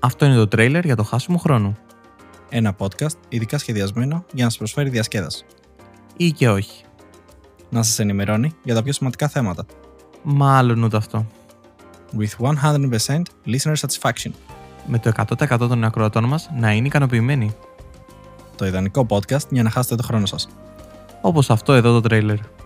Αυτό είναι το τρέιλερ για το χάσιμο χρόνο. Ένα podcast ειδικά σχεδιασμένο για να σας προσφέρει διασκέδαση. Ή και όχι. Να σας ενημερώνει για τα πιο σημαντικά θέματα. Μάλλον ούτε αυτό. With 100% listener satisfaction. Με το 100% των ακροατών μας να είναι ικανοποιημένοι. Το ιδανικό podcast για να χάσετε το χρόνο σας. Όπως αυτό εδώ το τρέιλερ.